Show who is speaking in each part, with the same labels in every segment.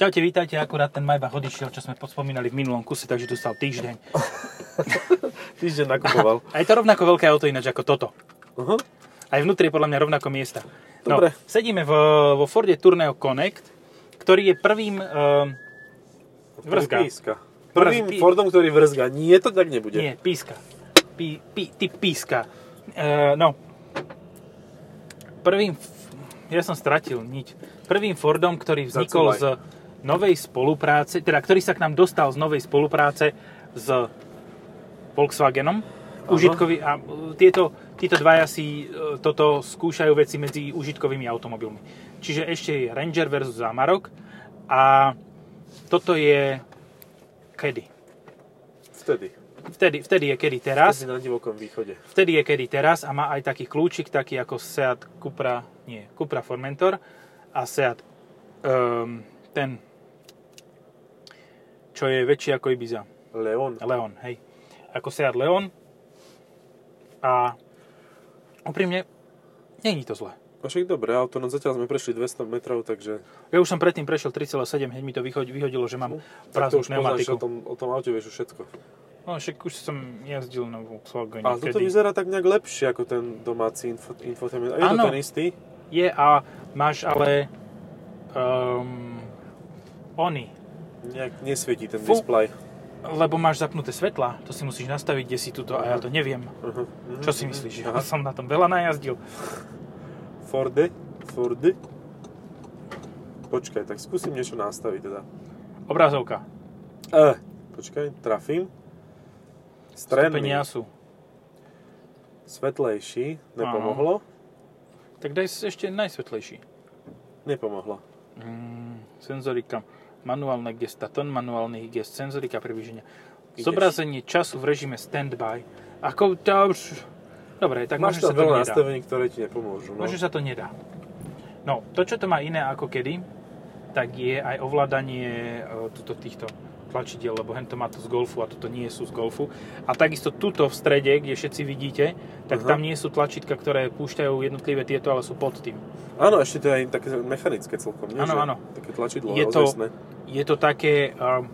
Speaker 1: Čaute, vítajte, akurát ten Maybach odišiel, čo sme podspomínali v minulom kuse, takže tu stal týždeň.
Speaker 2: Týždeň nakupoval.
Speaker 1: A je to rovnako veľké auto ináč ako toto.
Speaker 2: Aha.
Speaker 1: Aj vnútri je podľa mňa rovnako miesta.
Speaker 2: Dobre.
Speaker 1: No, sedíme v, vo Forde Tourneo Connect, ktorý je prvým... Uh, vrzga.
Speaker 2: Píska. Prvým
Speaker 1: Vrzga.
Speaker 2: Fordom, ktorý vrzga. Nie, to tak nebude.
Speaker 1: Nie, píska. Pí, pí, typ píska. E, no. Prvým... f- Ja som stratil niť. Prvým Fordom, ktorý vznikol
Speaker 2: Zacúvaj.
Speaker 1: z novej spolupráce, teda ktorý sa k nám dostal z novej spolupráce s Volkswagenom, užitkový, a e, tieto, títo dvaja si e, toto skúšajú veci medzi užitkovými automobilmi. Čiže ešte je Ranger versus Amarok a toto je kedy?
Speaker 2: Vtedy.
Speaker 1: Vtedy, vtedy je kedy teraz
Speaker 2: Asi na divokom východe.
Speaker 1: vtedy je kedy teraz a má aj taký kľúčik, taký ako Seat Cupra, nie, Cupra Formentor a Seat um, ten, čo je väčší ako Ibiza,
Speaker 2: Leon.
Speaker 1: Leon, hej. Ako Seat Leon a úprimne, není to zlé.
Speaker 2: A však dobre, auto, no zatiaľ sme prešli 200 metrov, takže...
Speaker 1: Ja už som predtým prešiel 3,7, hneď mi to vychod- vyhodilo, že mám
Speaker 2: Hm? Tak to
Speaker 1: prázdnu
Speaker 2: už poznáš o
Speaker 1: pneumatiku.
Speaker 2: tom, o tom aute, vieš už všetko.
Speaker 1: No však už som jazdil na Volkswagene.
Speaker 2: A toto
Speaker 1: kedy.
Speaker 2: vyzerá tak nejak lepšie ako ten domáci info, infotainment. A je to
Speaker 1: Áno.
Speaker 2: ten istý?
Speaker 1: Je a máš ale um, oni,
Speaker 2: Nejak nesvietí ten
Speaker 1: Fu-
Speaker 2: display.
Speaker 1: Lebo máš zapnuté svetla, to si musíš nastaviť, kde si tuto a ja to neviem.
Speaker 2: Uh-huh.
Speaker 1: Čo si myslíš? Ja
Speaker 2: Aha.
Speaker 1: som na tom veľa najazdil.
Speaker 2: Forde? Forde? Počkaj, tak skúsim niečo nastaviť teda.
Speaker 1: Obrazovka.
Speaker 2: Eh, počkaj, trafím. Strenný,
Speaker 1: Stupenia sú.
Speaker 2: svetlejší, nepomohlo?
Speaker 1: Tak daj si ešte najsvetlejší.
Speaker 2: Nepomohlo.
Speaker 1: Mm, senzorika. Manuálne gesta, tón manuálnych gest, senzorika približenia.
Speaker 2: Ideš.
Speaker 1: Zobrazenie času v režime standby. Ako to... Dobre, tak možno
Speaker 2: Máš tam
Speaker 1: sa to
Speaker 2: veľa
Speaker 1: nedá.
Speaker 2: nastavení, ktoré ti nepomôžu. No.
Speaker 1: Možno sa to nedá. No, to, čo to má iné ako kedy, tak je aj ovládanie e, tuto týchto tlačidiel, lebo hento má to z golfu a toto nie sú z golfu. A takisto tuto v strede, kde všetci vidíte, tak
Speaker 2: Aha.
Speaker 1: tam nie sú tlačítka, ktoré púšťajú jednotlivé tieto, ale sú pod tým.
Speaker 2: Áno, ešte to je aj také mechanické celkom, nie?
Speaker 1: Áno,
Speaker 2: Že
Speaker 1: áno.
Speaker 2: Také tlačidlo,
Speaker 1: Je to-
Speaker 2: rozvesné.
Speaker 1: Je to také... Um,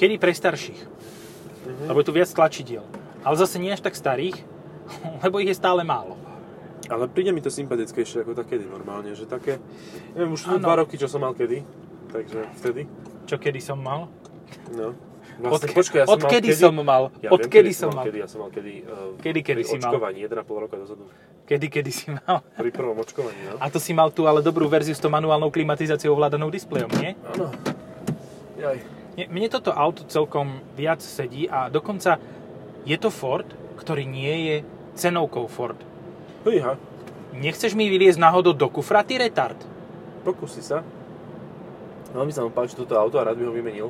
Speaker 1: kedy pre starších,
Speaker 2: Mhm.
Speaker 1: lebo je tu viac tlačidiel. Ale zase nie až tak starých, lebo ich je stále málo.
Speaker 2: Ale príde mi to sympatickejšie ako tak kedy normálne, že také... Neviem, už sú
Speaker 1: Áno.
Speaker 2: dva roky, čo som mal kedy, takže vtedy,
Speaker 1: Čo kedy som mal?
Speaker 2: no.
Speaker 1: Odke- odkedy som mal?
Speaker 2: Ja viem,
Speaker 1: Odkedy
Speaker 2: kedy
Speaker 1: som mal?
Speaker 2: Kedy, ja som mal kedy... eh,
Speaker 1: Kedy, kedy
Speaker 2: pri
Speaker 1: si mal?
Speaker 2: Očkovaní, 1,5 roka dozadu.
Speaker 1: Kedy, kedy si mal?
Speaker 2: Pri prvom očkovaní, no.
Speaker 1: A to si mal tu ale dobrú verziu s tou manuálnou klimatizáciou ovládanou displejom, nie?
Speaker 2: Áno. Jaj.
Speaker 1: Nie, Mne toto auto celkom viac sedí a dokonca je to Ford, ktorý nie je cenovkou Ford.
Speaker 2: Hýha,
Speaker 1: Nechceš mi vyliezť náhodou do kufra, ty retard?
Speaker 2: pokusí sa. Veľmi sa mu páči toto auto a rád by ho vymenil.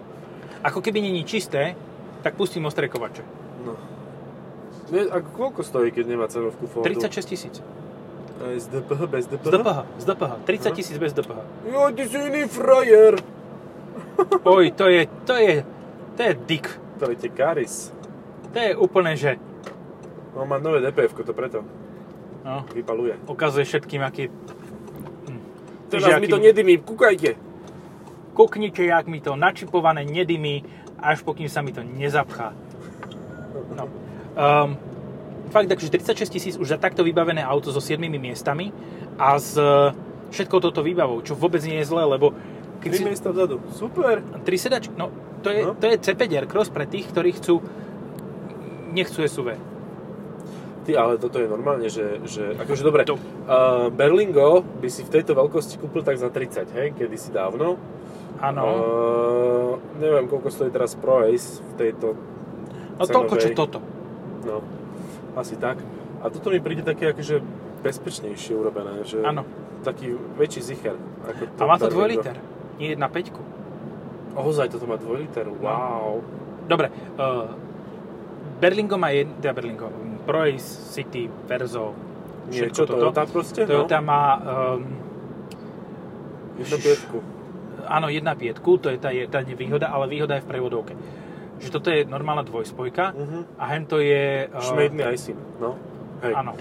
Speaker 1: Ako keby není čisté, tak pustím ostrekovače.
Speaker 2: No. Ne, a koľko stojí, keď nemá cenovku Fordu?
Speaker 1: 36 tisíc.
Speaker 2: Aj Z DPH, bez
Speaker 1: Z
Speaker 2: DPH?
Speaker 1: DPH, z DPH. 30 tisíc bez DPH.
Speaker 2: Jo, ty si iný frajer!
Speaker 1: Oj, to je, to je, to je dick.
Speaker 2: To je tie Karis.
Speaker 1: To je úplne, že
Speaker 2: On má nové dpf to preto
Speaker 1: no,
Speaker 2: vypaluje.
Speaker 1: ukazuje všetkým, aký... Hm.
Speaker 2: Teraz mi
Speaker 1: aký-
Speaker 2: to nedymí, kúkajte!
Speaker 1: koknite, jak mi to načipované nedymí, až pokým sa mi to nezapchá. No. Um, fakt, takže 36 tisíc už za takto vybavené auto so 7 miestami a s e, všetkou toto výbavou, čo vôbec nie je zlé, lebo keď
Speaker 2: Tri
Speaker 1: si...
Speaker 2: miesta vzadu. Super!
Speaker 1: Tri sedačky, no to je,
Speaker 2: No.
Speaker 1: to je C5 Cross pre tých, ktorí chcú nechcú SUV.
Speaker 2: Ty, ale toto je normálne, že... že akože dobre,
Speaker 1: To-
Speaker 2: uh, Berlingo by si v tejto veľkosti kúpil tak za 30, hej, kedysi dávno.
Speaker 1: Áno.
Speaker 2: Uh, neviem, koľko stojí teraz Pro Ace v tejto...
Speaker 1: no toľko, čo
Speaker 2: cenovej.
Speaker 1: toto.
Speaker 2: No, asi tak. A toto mi príde také akože bezpečnejšie urobené, že
Speaker 1: Áno.
Speaker 2: taký väčší zicher. Ako
Speaker 1: A má to 2
Speaker 2: Berlingo.
Speaker 1: liter, nie 1,5.
Speaker 2: Ozaj, toto má 2 liter,
Speaker 1: No.
Speaker 2: wow.
Speaker 1: Dobre, uh, Berlingo má jed, teda Berlingo, mm, Proace, City, Verzo,
Speaker 2: Nie,
Speaker 1: všetko
Speaker 2: čo
Speaker 1: toto.
Speaker 2: Toyota proste?
Speaker 1: Toyota má, um,
Speaker 2: No, jednu pietku.
Speaker 1: áno, 1.5, to je tá, je tá nevýhoda, ale výhoda je v prevodovke. Že toto je normálna dvojspojka
Speaker 2: Mhm.
Speaker 1: a hento je... eh,
Speaker 2: Šmejdný iSIM, no. Hej.
Speaker 1: Áno.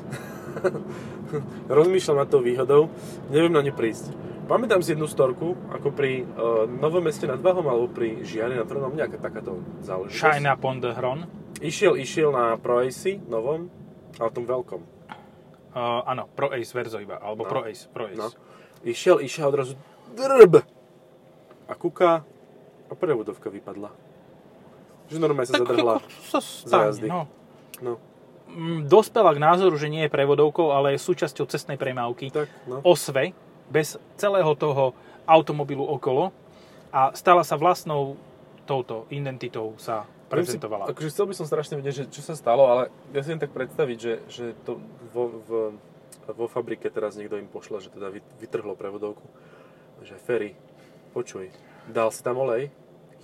Speaker 2: Rozmýšľam nad tou výhodou, neviem na ňu prísť. Pamätám si jednu storku, ako pri uh, Novom meste nad Váhom alebo pri Žiari na Trnom, nejaká takáto záležitosť.
Speaker 1: Shine upon the Hron.
Speaker 2: Išiel, išiel na Proacy novom, ale tom veľkom.
Speaker 1: Uh, áno, Pro Ace verzo iba, alebo
Speaker 2: No.
Speaker 1: Pro Ace, Pro Ace.
Speaker 2: No. Išiel, išiel a odrazu drb a kúka a prevodovka vypadla. Že normálne sa zadrhla.
Speaker 1: ako sa
Speaker 2: jazdy.
Speaker 1: stane, no.
Speaker 2: No,
Speaker 1: Mm, Dospela k názoru, že nie je prevodovkou, ale je súčasťou cestnej premávky.
Speaker 2: tak, no.
Speaker 1: osve bez celého toho automobilu okolo a stala sa vlastnou touto identitou sa
Speaker 2: Viem si-
Speaker 1: prezentovala.
Speaker 2: Akože chcel by som strašne vedieť, že čo sa stalo, ale ja si viem tak predstaviť, že, že to vo, v, vo fabrike teraz niekto im pošle, že teda vy- vytrhlo prevodovku. Že Ferry, počuj, dal si tam olej?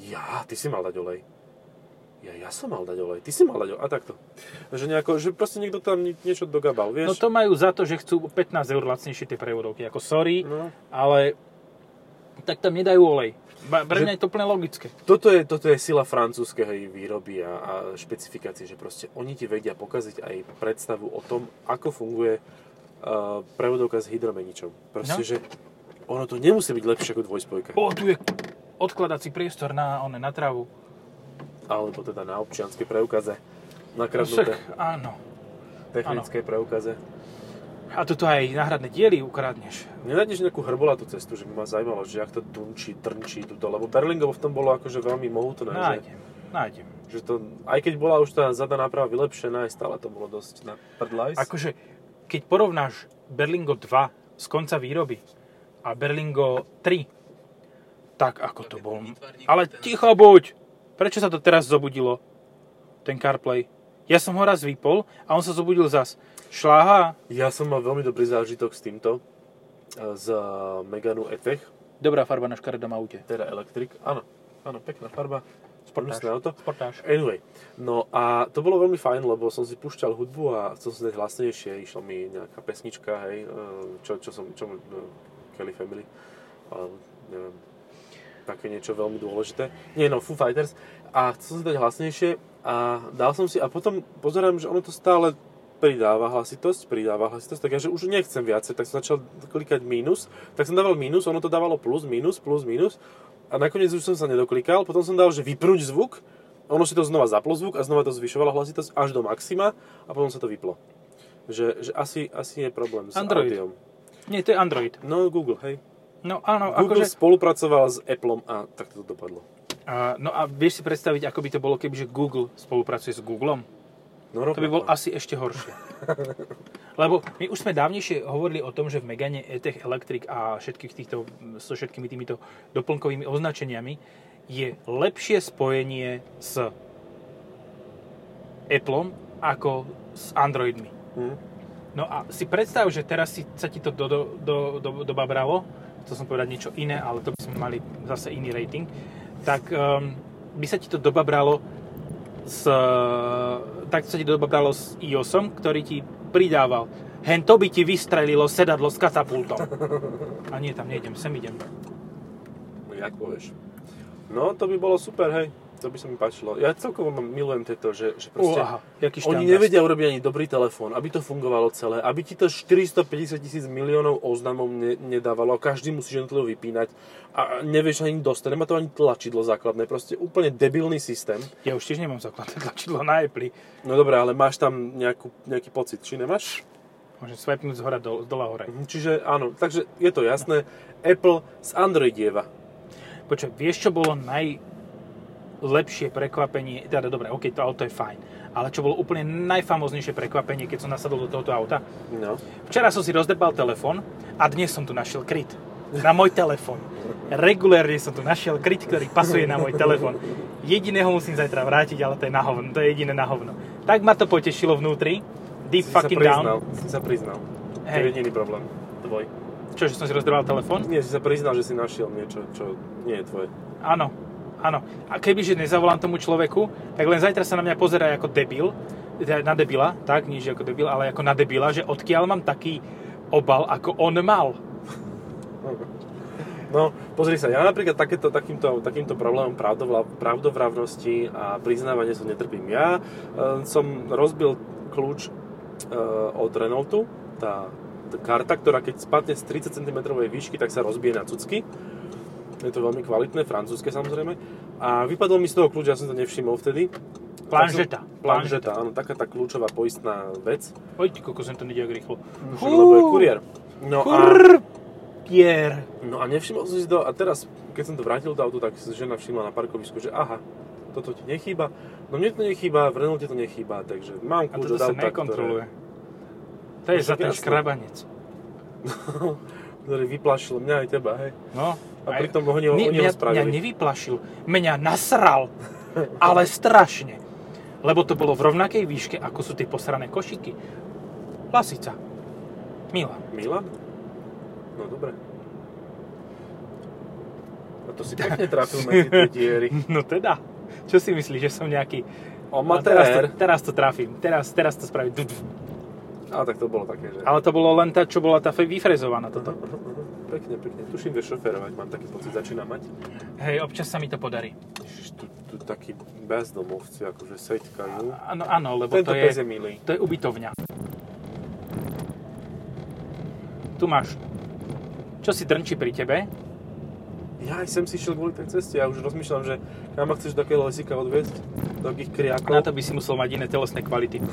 Speaker 2: Ja, ty si mal dať olej. Ja, ja som mal dať olej, ty si mal dať olej. A takto. Že, nejako, že proste niekto tam ni- niečo
Speaker 1: No
Speaker 2: dogabal, vieš?
Speaker 1: to majú za to, že chcú 15 eur lacnejšie tie prevodovky. Ako sorry,
Speaker 2: no.
Speaker 1: ale tak tam nedajú olej. Ba- Pre
Speaker 2: Že-
Speaker 1: mňa je to úplne logické.
Speaker 2: Toto je, toto je sila francúzskej výroby a, a špecifikácie, že proste oni ti vedia pokaziť aj predstavu o tom, ako funguje uh, prevodovka s hydromeničom. Proste,
Speaker 1: No.
Speaker 2: no. že ono to nemusí byť lepšie ako dvojspojka.
Speaker 1: O, tu je odkladací priestor na, one, na travu.
Speaker 2: Alebo teda na občianskej preukaze. Nakradnuté
Speaker 1: Však, áno.
Speaker 2: technické preukaze.
Speaker 1: A toto aj náhradné diely ukradneš.
Speaker 2: Nenájdeš nejakú hrbolatú cestu, že by ma zaujímalo, že ak to dunčí, trnčí tuto, lebo Berlingovo v tom bolo akože veľmi mohutné. Že,
Speaker 1: Nájdem, nájdem.
Speaker 2: že to, aj keď bola už tá zadná náprava vylepšená, aj stále to bolo dosť na prdlajs.
Speaker 1: Akože, keď porovnáš Berlingo 2 z konca výroby a Berlingo 3, tak ako to bol... Ale ticho buď! Prečo sa to teraz zobudilo? Ten CarPlay. Ja som ho raz vypol a on sa zobudil zas. Šláha.
Speaker 2: Ja som mal veľmi dobrý zážitok s týmto, e, z Meganu E-Tech,
Speaker 1: Dobrá farba na škaredom aute.
Speaker 2: teda elektrik. Áno, áno, pekná farba, spomyslené
Speaker 1: Sportáž.
Speaker 2: auto.
Speaker 1: Sportáž.
Speaker 2: Anyway, no a to bolo veľmi fajn, lebo som si púšťal hudbu a chcel som dať hlasnejšie, išla mi nejaká pesnička, hej, e, čo, čo som, čo, e, Kelly Family, alebo neviem, také niečo veľmi dôležité. Nie, no, Foo Fighters. A chcel som si dať hlasnejšie a dal som si a potom pozerám, že ono to stále pridáva hlasitosť, pridáva hlasitosť, tak ja, že už nechcem viacej, tak som začal klikať minus, tak som dával minus, ono to dávalo plus, minus, plus, minus a nakoniec už som sa nedoklikal, potom som dal, že vypnúť zvuk, a ono si to znova zaplo zvuk a znova to zvyšovalo hlasitosť až do maxima a potom sa to vyplo. Že, že asi, asi je problém s
Speaker 1: Android.
Speaker 2: audiom.
Speaker 1: Nie, to je Android.
Speaker 2: No, Google, hej.
Speaker 1: No áno,
Speaker 2: Google
Speaker 1: akože...
Speaker 2: spolupracoval s Appleom a tak to dopadlo.
Speaker 1: A, no a vieš si predstaviť, ako by to bolo, kebyže Google spolupracuje s Googlom?
Speaker 2: No,
Speaker 1: To by bol asi ešte horšie. Lebo my už sme dávnejšie hovorili o tom, že v Megane E-Tech Electric a všetkých týchto, so všetkými týmito doplnkovými označeniami je lepšie spojenie s Appleom ako s Androidmi.
Speaker 2: Hm.
Speaker 1: No a si predstav, že teraz si, sa ti to do, do, do, do, dobabralo, chcel som povedať niečo iné, ale to by sme mali zase iný rating, tak um, by sa ti to dobabralo s, e, tak sa ti to dobabralo s iOSom, ktorý ti pridával. Hen to by ti vystrelilo sedadlo s katapultom. A nie, tam nejdem, sem idem.
Speaker 2: Jak povieš. No, to by bolo super, hej. To by sa mi páčilo. Ja celkovo mám- milujem tieto, že, že proste...
Speaker 1: Uha, jaký štandard.
Speaker 2: Oni nevedia urobiť ani dobrý telefón, aby to fungovalo celé, aby ti to 450 tisíc miliónov oznamov ne, nedávalo, každý musíš jednotlivo vypínať a nevieš ani dostať, nemá to ani tlačidlo základné, proste úplne debilný systém.
Speaker 1: Ja už tiež nemám základné tlačidlo na Apple.
Speaker 2: No dobré, ale máš tam nejakú, nejaký pocit, či nemáš?
Speaker 1: Môžem swipenúť z hora do, z dola hore.
Speaker 2: Mhm, Čiže áno, takže je to jasné. Apple z Androidieva.
Speaker 1: Počkaj, vieš, čo bolo najlepšie prekvapenie? Teda dobre, ok, to auto je fajn. Ale čo bolo úplne najfamoznejšie prekvapenie, keď som nasadol do tohoto auta?
Speaker 2: No.
Speaker 1: Včera som si rozdebal telefón a dnes som tu našiel kryt. Na môj telefón. Regulérne som tu našiel kryt, ktorý pasuje na môj telefón. Jediného musím zajtra vrátiť, ale to je na hovno. To je jediné na hovno. Tak ma to potešilo vnútri. Deep
Speaker 2: Si sa
Speaker 1: fucking
Speaker 2: priznal,
Speaker 1: down.
Speaker 2: si sa priznal. To je
Speaker 1: Hej.
Speaker 2: jediný problém. Tvoj.
Speaker 1: Čo, že som si rozdebal telefón?
Speaker 2: Nie, si sa priznal, že si našiel niečo, čo nie je tvoje.
Speaker 1: Áno, áno. A kebyže nezavolám tomu človeku, tak len zajtra sa na mňa pozerá ako debil, teda na debila, tak, nie že ako debil, ale ako na debila, že odkiaľ mám taký obal, ako on mal.
Speaker 2: No, pozri sa, ja napríklad takéto, takýmto, takýmto problémom pravdovla- pravdovravnosti a priznávania sa netrpím. Ja eh, e, som rozbil kľúč e, od Renaultu, eh, tá karta, ktorá keď spadne z 30 cm výšky, tak sa rozbije na cucky. Je to veľmi kvalitné, francúzske samozrejme. A vypadol mi z toho kľúč, ja som to nevšimol vtedy.
Speaker 1: Planžeta.
Speaker 2: Tak som- Planžeta, áno, taká tá kľúčová poistná vec.
Speaker 1: Ojti, koľko som to nejde jak rýchlo.
Speaker 2: Však, lebo je kuriér. No a,
Speaker 1: Pier.
Speaker 2: no a nevšimol som si to a teraz, keď som to vrátil do auto, tak si žena všimla na parkovisku, že aha, toto ti nechýba. No mne to nechýba, v Renaulte to nechýba, takže mám
Speaker 1: A
Speaker 2: kľúč
Speaker 1: toto
Speaker 2: od
Speaker 1: sa
Speaker 2: auta,
Speaker 1: nekontroluje.
Speaker 2: ktoré,
Speaker 1: To je
Speaker 2: No
Speaker 1: za
Speaker 2: však
Speaker 1: ten
Speaker 2: jasné.
Speaker 1: škrabanec.
Speaker 2: ktoré vyplašilo mňa aj teba, hej.
Speaker 1: No.
Speaker 2: A
Speaker 1: aj-
Speaker 2: pritom ho ne,
Speaker 1: Mne-
Speaker 2: oni ho
Speaker 1: mňa, mňa
Speaker 2: spravili.
Speaker 1: nevyplašil, mňa nasral, ale strašne. Lebo to bolo v rovnakej výške, ako sú tie posrané košiky. Lasica. Mila.
Speaker 2: Milan? No dobre. A to si pekne trafil medzi tie diery.
Speaker 1: No teda. Čo si myslíš, že som nejaký... A teraz, to,
Speaker 2: Amatér.
Speaker 1: teraz to trafím. Teraz, teraz to spravím. Du, du.
Speaker 2: A tak to bolo také, že...
Speaker 1: Ale to bolo len tá, čo bola tá fe- vyfrezovaná
Speaker 2: Mhm.
Speaker 1: toto.
Speaker 2: Pekne, pekne. Tuším, vieš šoferovať, mám taký pocit, začína mať.
Speaker 1: Hej, občas sa mi to podarí.
Speaker 2: Ježiš, tu, tu takí bezdomovci, akože seťkajú.
Speaker 1: Áno, no, áno, lebo
Speaker 2: Tento
Speaker 1: to je,
Speaker 2: pes je milý.
Speaker 1: to je ubytovňa. Tu máš. Čo si drnčí pri tebe?
Speaker 2: Ja aj sem si šiel kvôli tej ceste, ja už rozmýšľam, že kam ma chceš do takého lesíka odviezť, do takých
Speaker 1: Na to
Speaker 2: kriakov.
Speaker 1: by si musel mať iné telesné kvality.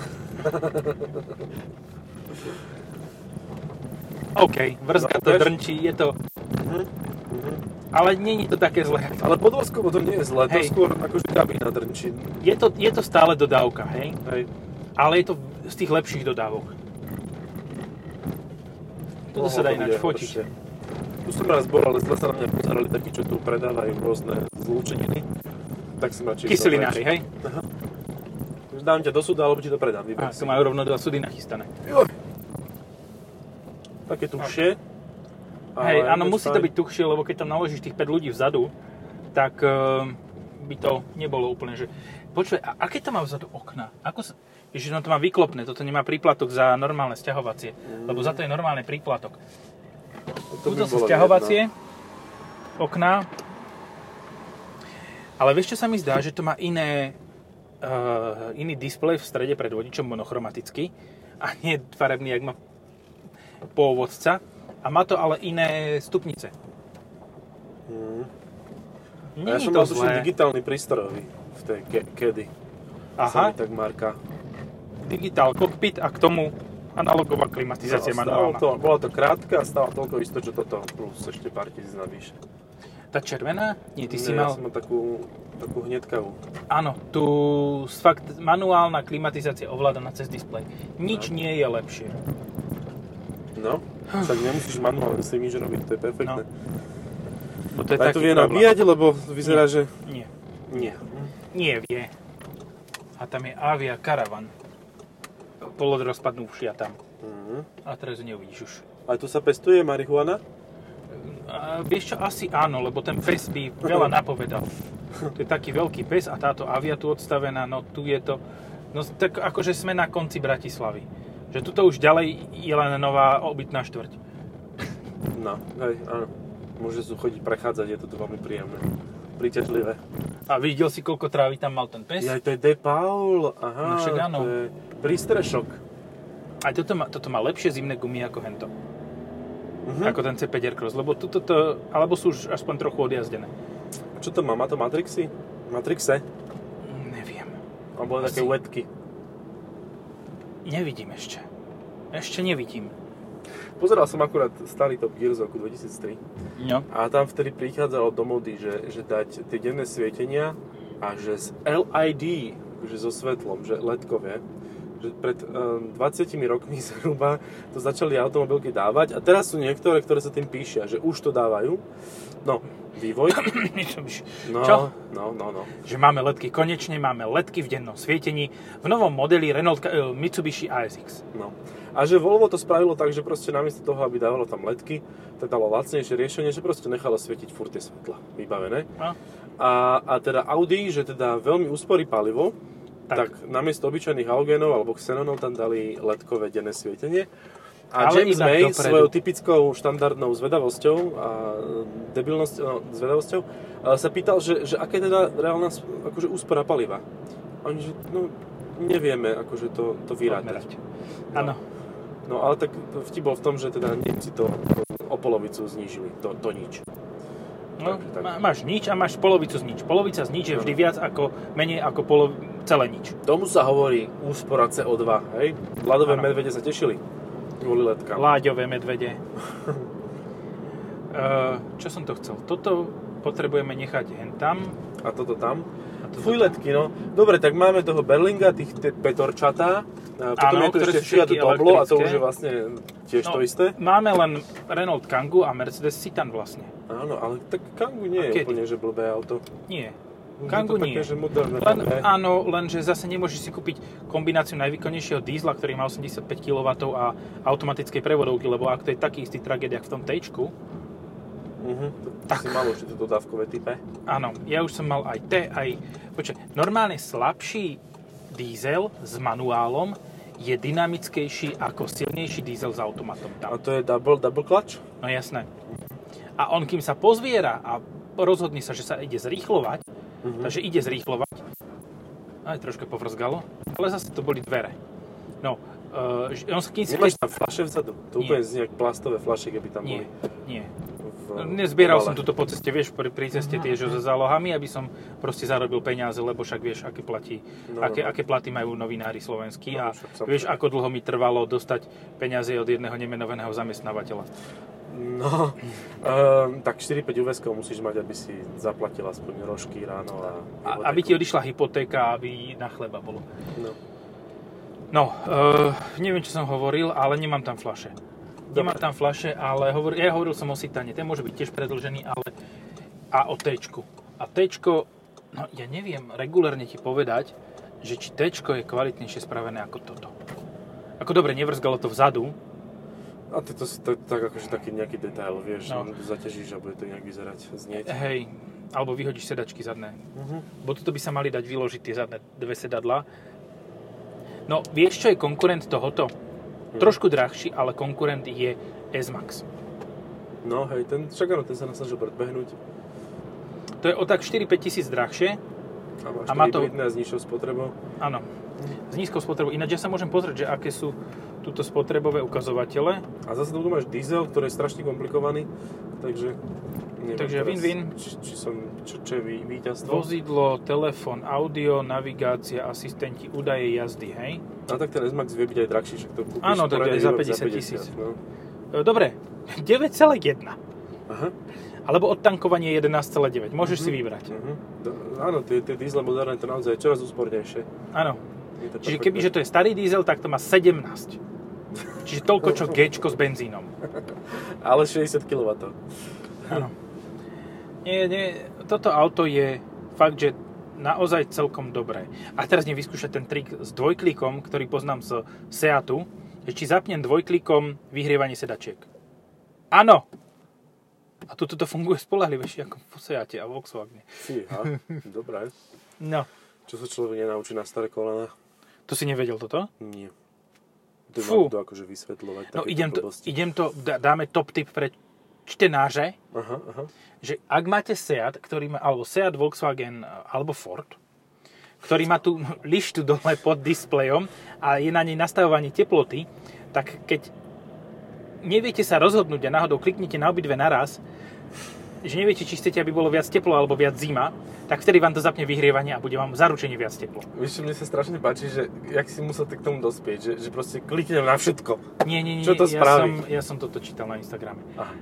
Speaker 1: OK, vrzga
Speaker 2: No,
Speaker 1: to
Speaker 2: vieš?
Speaker 1: drnčí, je to...
Speaker 2: Mhm, mhm.
Speaker 1: Ale nie je to také zlé.
Speaker 2: Ale podvozkovo to nie je zle, to
Speaker 1: Hej.
Speaker 2: skôr akože kabína drnčí.
Speaker 1: Je to, je to stále dodávka, hej?
Speaker 2: Hej.
Speaker 1: Ale je to z tých lepších dodávok. Toto
Speaker 2: Mohlo
Speaker 1: sa dá
Speaker 2: to byť
Speaker 1: ináč
Speaker 2: aj
Speaker 1: fotiť.
Speaker 2: horšie. Tu som raz bol, ale zle sa na mňa pozerali takí, čo tu predávajú rôzne zlúčeniny. Tak som radšej...
Speaker 1: Kyselinári, hej?
Speaker 2: Už Dám ťa do súda, alebo ti to
Speaker 1: Á,
Speaker 2: predám, vyber
Speaker 1: tu
Speaker 2: si.
Speaker 1: majú rovno dva súdy nachystané.
Speaker 2: Joj. Také tušie.
Speaker 1: Hej, áno, musí to byť tuhšie, lebo keď tam naložíš tých 5 ľudí vzadu, tak ehm, by to nebolo úplne, že... Počuj, a aké to má vzadu okna? Ako sa... Ježiš, no to má vyklopné, toto nemá príplatok za normálne sťahovacie, lebo za to je normálne príplatok. Tuto sú sťahovacie okná, ale vieš, čo sa mi zdá, že to má iné, eh, iný displej v strede pred vodičom monochromatický a nie farebný, jak má pôvodca. A má to ale iné stupnice.
Speaker 2: Mm. Ja
Speaker 1: Není
Speaker 2: som
Speaker 1: to
Speaker 2: mal tuším
Speaker 1: zlé.
Speaker 2: digitálny prístrojový v tej ke- kedy. Sa
Speaker 1: Aha,
Speaker 2: mi tak marka.
Speaker 1: digitál cockpit a k tomu analogová klimatizácia
Speaker 2: Stalo
Speaker 1: manuálna.
Speaker 2: to, bola to krátka a stála toľko isto, čo toto, plus ešte pár tisíc navyše.
Speaker 1: Tá červená? Nie, ty si
Speaker 2: Nie,
Speaker 1: mal...
Speaker 2: Ja som mal takú, takú hnedkavú.
Speaker 1: Áno, tu s- fakt manuálna klimatizácia ovládaná cez displej. Nič nie je lepšie.
Speaker 2: No, však nemusíš manuálne s tým nič robiť, to je perfektné.
Speaker 1: No to je
Speaker 2: Aj
Speaker 1: taký
Speaker 2: to vie
Speaker 1: problém.
Speaker 2: nabíjať, lebo vyzerá, že...
Speaker 1: Nie,
Speaker 2: Nie.
Speaker 1: nie vie. A tam je Avia Caravan. Polodrozpadnúvšia tam.
Speaker 2: Mhm.
Speaker 1: A teraz ju neuvidíš už.
Speaker 2: Aj tu sa pestuje marihuana?
Speaker 1: A vieš čo, asi áno, lebo ten pes by veľa napovedal. To je taký veľký pes a táto avia tu odstavená, no tu je to... No tak akože sme na konci Bratislavy. Že tuto už ďalej je len nová obytná štvrť.
Speaker 2: No, hej, áno. Môže tu chodiť prechádzať, je to tu veľmi príjemné. Príťažlivé.
Speaker 1: A videl si, koľko trávy tam mal ten pes?
Speaker 2: Ja, to je De Paul,
Speaker 1: No
Speaker 2: aha,
Speaker 1: však áno.
Speaker 2: to je prístrešok.
Speaker 1: A toto má, toto má lepšie zimné gumy ako hento.
Speaker 2: Mhm.
Speaker 1: Ako ten C5 Aircross, lebo tuto to... Alebo sú už aspoň trochu odjazdené.
Speaker 2: A čo to má? Má to Matrixy? Matrixe?
Speaker 1: Neviem.
Speaker 2: Alebo
Speaker 1: Asi.
Speaker 2: také wetky.
Speaker 1: Nevidím ešte. Ešte nevidím.
Speaker 2: Pozeral som akurát starý Top Gear z roku 2003
Speaker 1: No.
Speaker 2: a tam vtedy prichádzalo do mody, že, že dať tie denné svietenia a že z LID, že so svetlom, že ledkové, že pred um, 20 rokmi zhruba to začali automobilky dávať a teraz sú niektoré, ktoré sa tým píšia, že už to dávajú. No, vývoj. No,
Speaker 1: Čo?
Speaker 2: No, no, no.
Speaker 1: že máme ledky, konečne máme ledky v dennom svietení v novom modeli Renault e, Mitsubishi ASX.
Speaker 2: No. A že Volvo to spravilo tak, že proste namiesto toho, aby dávalo tam ledky, tak dalo lacnejšie riešenie, že proste nechalo svietiť furt tie svetla vybavené.
Speaker 1: No.
Speaker 2: A, a teda Audi, že teda veľmi úsporí palivo, tak, tak
Speaker 1: Tak.
Speaker 2: namiesto obyčajných halogénov alebo xenonov tam dali ledkové denné svietenie. A
Speaker 1: Ale
Speaker 2: James
Speaker 1: iba
Speaker 2: May
Speaker 1: dopredu.
Speaker 2: svojou typickou štandardnou zvedavosťou a debilnosť, no, zvedavosťou e, sa pýtal, že, že aké teda reálna s- akože úspora paliva. A oni, že no, nevieme akože to, to vyrátať.
Speaker 1: Áno.
Speaker 2: No. No ale tak vtip bol v tom, že teda Nemci to o polovicu znížili, do, do nič.
Speaker 1: No,
Speaker 2: Takže tak. No.
Speaker 1: má- máš nič a máš polovicu z nič. Polovica z nič je vždy viac ako, menej ako polo, celé nič.
Speaker 2: Tomu sa hovorí úspora CO2, hej? Ľadové
Speaker 1: Áno.
Speaker 2: medvede sa tešili kvôli letkám.
Speaker 1: Láďové medvede. Eh, Čo som to chcel? Toto potrebujeme nechať hen tam.
Speaker 2: A toto tam.
Speaker 1: A toto
Speaker 2: Fuj
Speaker 1: tam.
Speaker 2: letky, no. Dobre, tak máme toho Berlinga, tých te, Petorčata. A potom
Speaker 1: Áno,
Speaker 2: je tu
Speaker 1: ktoré
Speaker 2: ešte
Speaker 1: sú
Speaker 2: Fiat
Speaker 1: všetky
Speaker 2: Doblo a to
Speaker 1: elektrické.
Speaker 2: už je vlastne tiež to isté.
Speaker 1: No, Máme len Renault Kangoo a Mercedes Citan vlastne.
Speaker 2: Áno, ale tak Kangoo nie
Speaker 1: A
Speaker 2: je
Speaker 1: kedy?
Speaker 2: úplne, že blbé auto.
Speaker 1: Nie.
Speaker 2: Je to
Speaker 1: Kangoo
Speaker 2: také,
Speaker 1: nie.
Speaker 2: že moderné.
Speaker 1: Len,
Speaker 2: dobré.
Speaker 1: áno, lenže zase nemôžeš si kúpiť kombináciu najvýkonnejšieho dízla, ktorý má 85 kW a automatickej prevodovky, lebo ak to je taký istý traget, jak v tom tejčku,
Speaker 2: Mhm, to- to
Speaker 1: Tak.
Speaker 2: Si malo už tieto dodávkové type.
Speaker 1: Áno, ja už som mal aj T, aj... Počkaj, normálne slabší diesel s manuálom je dynamickejší ako silnejší diesel s automatom tam.
Speaker 2: A to je double, double clutch?
Speaker 1: No jasné. A on, kým sa pozviera a rozhodne sa, že sa ide zrýchlovať,
Speaker 2: Mhm.
Speaker 1: takže ide zrýchlovať, aj troška povrzgalo, ale zase to boli dvere. No, uh, on sa kým si...
Speaker 2: Nemáš tam flaše vzadu? To
Speaker 1: Nie.
Speaker 2: úplne znie jak plastové flaše, keby tam
Speaker 1: Nie,
Speaker 2: boli.
Speaker 1: nie.
Speaker 2: V,
Speaker 1: Nezbieral som
Speaker 2: obale.
Speaker 1: túto po ceste, vieš, pri, pri ceste tie že
Speaker 2: Mhm.
Speaker 1: so zálohami, aby som proste zarobil peniaze, lebo však vieš, aké, platí,
Speaker 2: No,
Speaker 1: aké,
Speaker 2: no.
Speaker 1: aké platy majú novinári slovenskí a
Speaker 2: No, však samozrejme.
Speaker 1: vieš, ako dlho mi trvalo dostať peniaze od jedného nemenovaného zamestnávateľa.
Speaker 2: No, um, tak 4-5 UVS-kov musíš mať, aby si zaplatil aspoň rožky ráno a...
Speaker 1: A, aby ti odišla hypotéka, aby na chleba bolo.
Speaker 2: No.
Speaker 1: No, uh, neviem, čo som hovoril, ale nemám tam flaše. Nemám tam flaše, ale hovor, ja hovoril som o Sitane, ten môže byť tiež predlžený, ale a o Tčku. A Tčko, no ja neviem regulérne ti povedať, že či Tčko je kvalitnejšie spravené ako toto. Ako dobre, nevrzgalo to vzadu,
Speaker 2: A ty to si tak, tak akože taký nejaký detail, vieš,
Speaker 1: No.
Speaker 2: no. zaťažíš a bude to nejak vyzerať, znieť.
Speaker 1: hej, alebo vyhodíš sedačky zadné.
Speaker 2: Mhm.
Speaker 1: Bo toto by sa mali dať vyložiť tie zadné dve sedadla. No, vieš, čo je konkurent tohoto? Trošku drahší, ale konkurent je S-Max.
Speaker 2: No hej, ten, však áno, ten sa nás snažil predbehnúť
Speaker 1: To je o tak 4-5 tisíc drahšie.
Speaker 2: a máš
Speaker 1: A
Speaker 2: a
Speaker 1: má
Speaker 2: má
Speaker 1: to-
Speaker 2: to hybridné s nižšou spotrebou.
Speaker 1: Áno. S nízkou spotrebou. Ináč ja sa môžem pozrieť, že aké sú túto spotrebové ukazovatele.
Speaker 2: A zase tu máš diesel, ktorý je strašne komplikovaný, takže... Neviem
Speaker 1: Takže
Speaker 2: teraz,
Speaker 1: win-win.
Speaker 2: Či, či som, čo, čo je vý- víťazstvo.
Speaker 1: Vozidlo, telefón, audio, navigácia, asistenti, údaje jazdy, hej?
Speaker 2: A tak ten S-Max vie byť aj drahší, však to kúpiš.
Speaker 1: Áno, tak
Speaker 2: poradne
Speaker 1: aj za
Speaker 2: za
Speaker 1: 50 tisíc.
Speaker 2: 50, No.
Speaker 1: E, Dobre, 9,1.
Speaker 2: Aha.
Speaker 1: Alebo odtankovanie 11,9. Môžeš si vybrať.
Speaker 2: Mhm. Do- Áno, tie, tie diesle moderné to naozaj je čoraz úspornejšie.
Speaker 1: Áno.
Speaker 2: Je to
Speaker 1: Čiže
Speaker 2: perfektné.
Speaker 1: keby, že to je starý diesel, tak to má 17. Čiže toľko, čo G s benzínom.
Speaker 2: Ale 60 kW.
Speaker 1: Áno. Nie, nie, toto auto je fakt, že naozaj celkom dobré. A teraz neviem vyskúšať ten trik s dvojklikom, ktorý poznám z Seatu, že či zapnem dvojklikom vyhrievanie sedačiek. Áno! A tu to funguje spolahlivejšie ako v Seate a Volkswagene.
Speaker 2: Fíha, dobré.
Speaker 1: No,
Speaker 2: Čo sa človek nenaučí na staré kolena?
Speaker 1: to si nevedel toto?
Speaker 2: Nie. To
Speaker 1: Fú.
Speaker 2: mám to akože vysvetľovať.
Speaker 1: No
Speaker 2: takéto
Speaker 1: idem to,
Speaker 2: blbosti.
Speaker 1: idem to, dá- dáme top tip pre čtenáře,
Speaker 2: Aha, aha.
Speaker 1: že ak máte Seat, ktorý má, alebo Seat, Volkswagen alebo Ford, ktorý má tú lištu dole pod displejom a je na nej nastavovanie teploty, tak keď neviete sa rozhodnúť a náhodou kliknete na obidve naraz, že neviete, či chcete, aby bolo viac teplo alebo viac zima, tak vtedy vám to zapne vyhrievanie a bude vám zaručenie viac teplo.
Speaker 2: Vieš, čo, mne sa strašne páči, že jak si musel k tomu dospieť, že, že proste kliknem na všetko.
Speaker 1: Nie, nie, nie,
Speaker 2: Čo to
Speaker 1: ja, som,
Speaker 2: spraví?
Speaker 1: ja som toto čítal na Instagrame.
Speaker 2: Aha.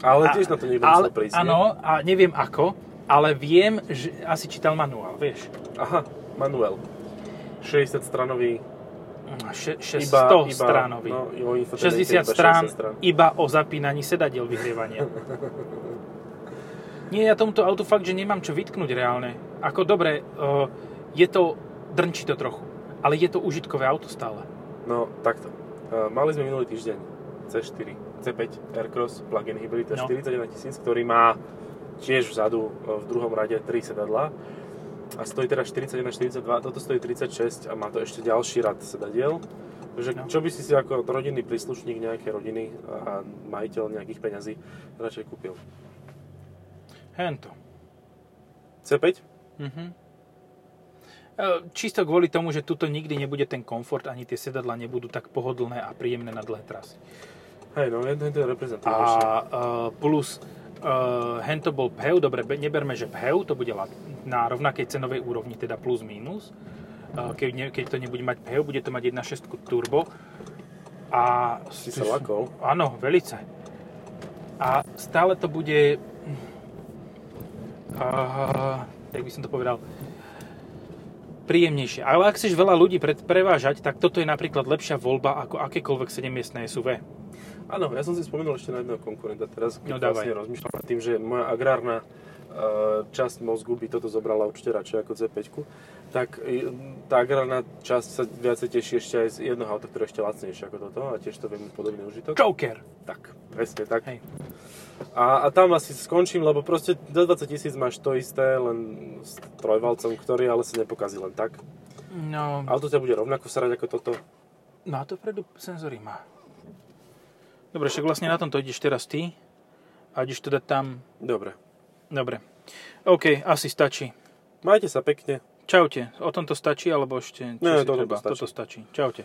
Speaker 2: Ale tiež na to niekto
Speaker 1: ale-
Speaker 2: musel prísť. nie?
Speaker 1: Áno, a neviem ako, ale viem, že asi čítal manuál, vieš.
Speaker 2: Aha, manuel. 60 stranový.
Speaker 1: 600
Speaker 2: Iba, iba,
Speaker 1: stránový.
Speaker 2: No, jo, infotainment je
Speaker 1: 60
Speaker 2: iba
Speaker 1: strán
Speaker 2: 60 strán.
Speaker 1: iba o zapínaní sedadiel vyhrievania. Nie, ja tomuto autu fakt, že nemám čo vytknúť reálne. Ako dobre, eh, je to, drnčí to trochu, ale je to užitkové auto stále.
Speaker 2: No, takto. Uh, mali sme minulý týždeň C4, C5 Aircross plug-in hybrid
Speaker 1: No.
Speaker 2: no. 41 tisíc, ktorý má tiež vzadu e, v druhom rade 3 sedadla a stojí teda 41, 42, toto stojí 36 a má to ešte ďalší rad sedadiel. Takže
Speaker 1: No.
Speaker 2: čo by si si ako rodinný príslušník nejakej rodiny a majiteľ nejakých peňazí radšej kúpil?
Speaker 1: Hento.
Speaker 2: C5?
Speaker 1: Mhm. Čisto kvôli tomu, že tuto nikdy nebude ten komfort, ani tie sedadla nebudú tak pohodlné a príjemné na dlhé trasy.
Speaker 2: Hej, no je to je to
Speaker 1: A
Speaker 2: reprezentatívne.
Speaker 1: e, plus uh, hento bol PHEV, dobre, be- neberme, že PHEV, to bude lat- na rovnakej cenovej úrovni, teda plus minus. E, keď, ne, keď to nebude mať PHEV, bude to mať 1.6 turbo. A
Speaker 2: Si sa lakol.
Speaker 1: Áno, velice. A stále to bude... Uh, jak by som to povedal príjemnejšie. Ale ak chceš veľa ľudí pred, prevážať, tak toto je napríklad lepšia voľba ako akékoľvek 7-miestne SUV.
Speaker 2: Áno, ja som si spomenul ešte na jedného konkurenta teraz, keď
Speaker 1: No,
Speaker 2: no,
Speaker 1: dávaj.
Speaker 2: vlastne rozmýšľam nad tým, že moja agrárna e, časť mozgu by toto zobrala určite radšej ako C5, tak e, tá agrárna časť sa viacej teší ešte aj z jedného auta, ktoré je ešte lacnejšie ako toto a tiež to veľmi podobný užitok.
Speaker 1: Joker!
Speaker 2: Tak, presne tak.
Speaker 1: Hej.
Speaker 2: A, a tam asi skončím, lebo proste za 20 tisíc máš to isté, len s trojvalcom, ktorý ale sa nepokazí len tak.
Speaker 1: No,
Speaker 2: Auto ťa bude rovnako srať ako toto.
Speaker 1: no a to predu senzory má. Dobre, však vlastne na tomto ideš teraz ty. A ideš teda tam...
Speaker 2: Dobre.
Speaker 1: Dobre. OK, asi stačí.
Speaker 2: Majte sa pekne.
Speaker 1: Čaute. O tomto stačí, alebo ešte... čo
Speaker 2: Ne,
Speaker 1: si
Speaker 2: toto
Speaker 1: treba?
Speaker 2: stačí.
Speaker 1: Toto stačí. Čaute.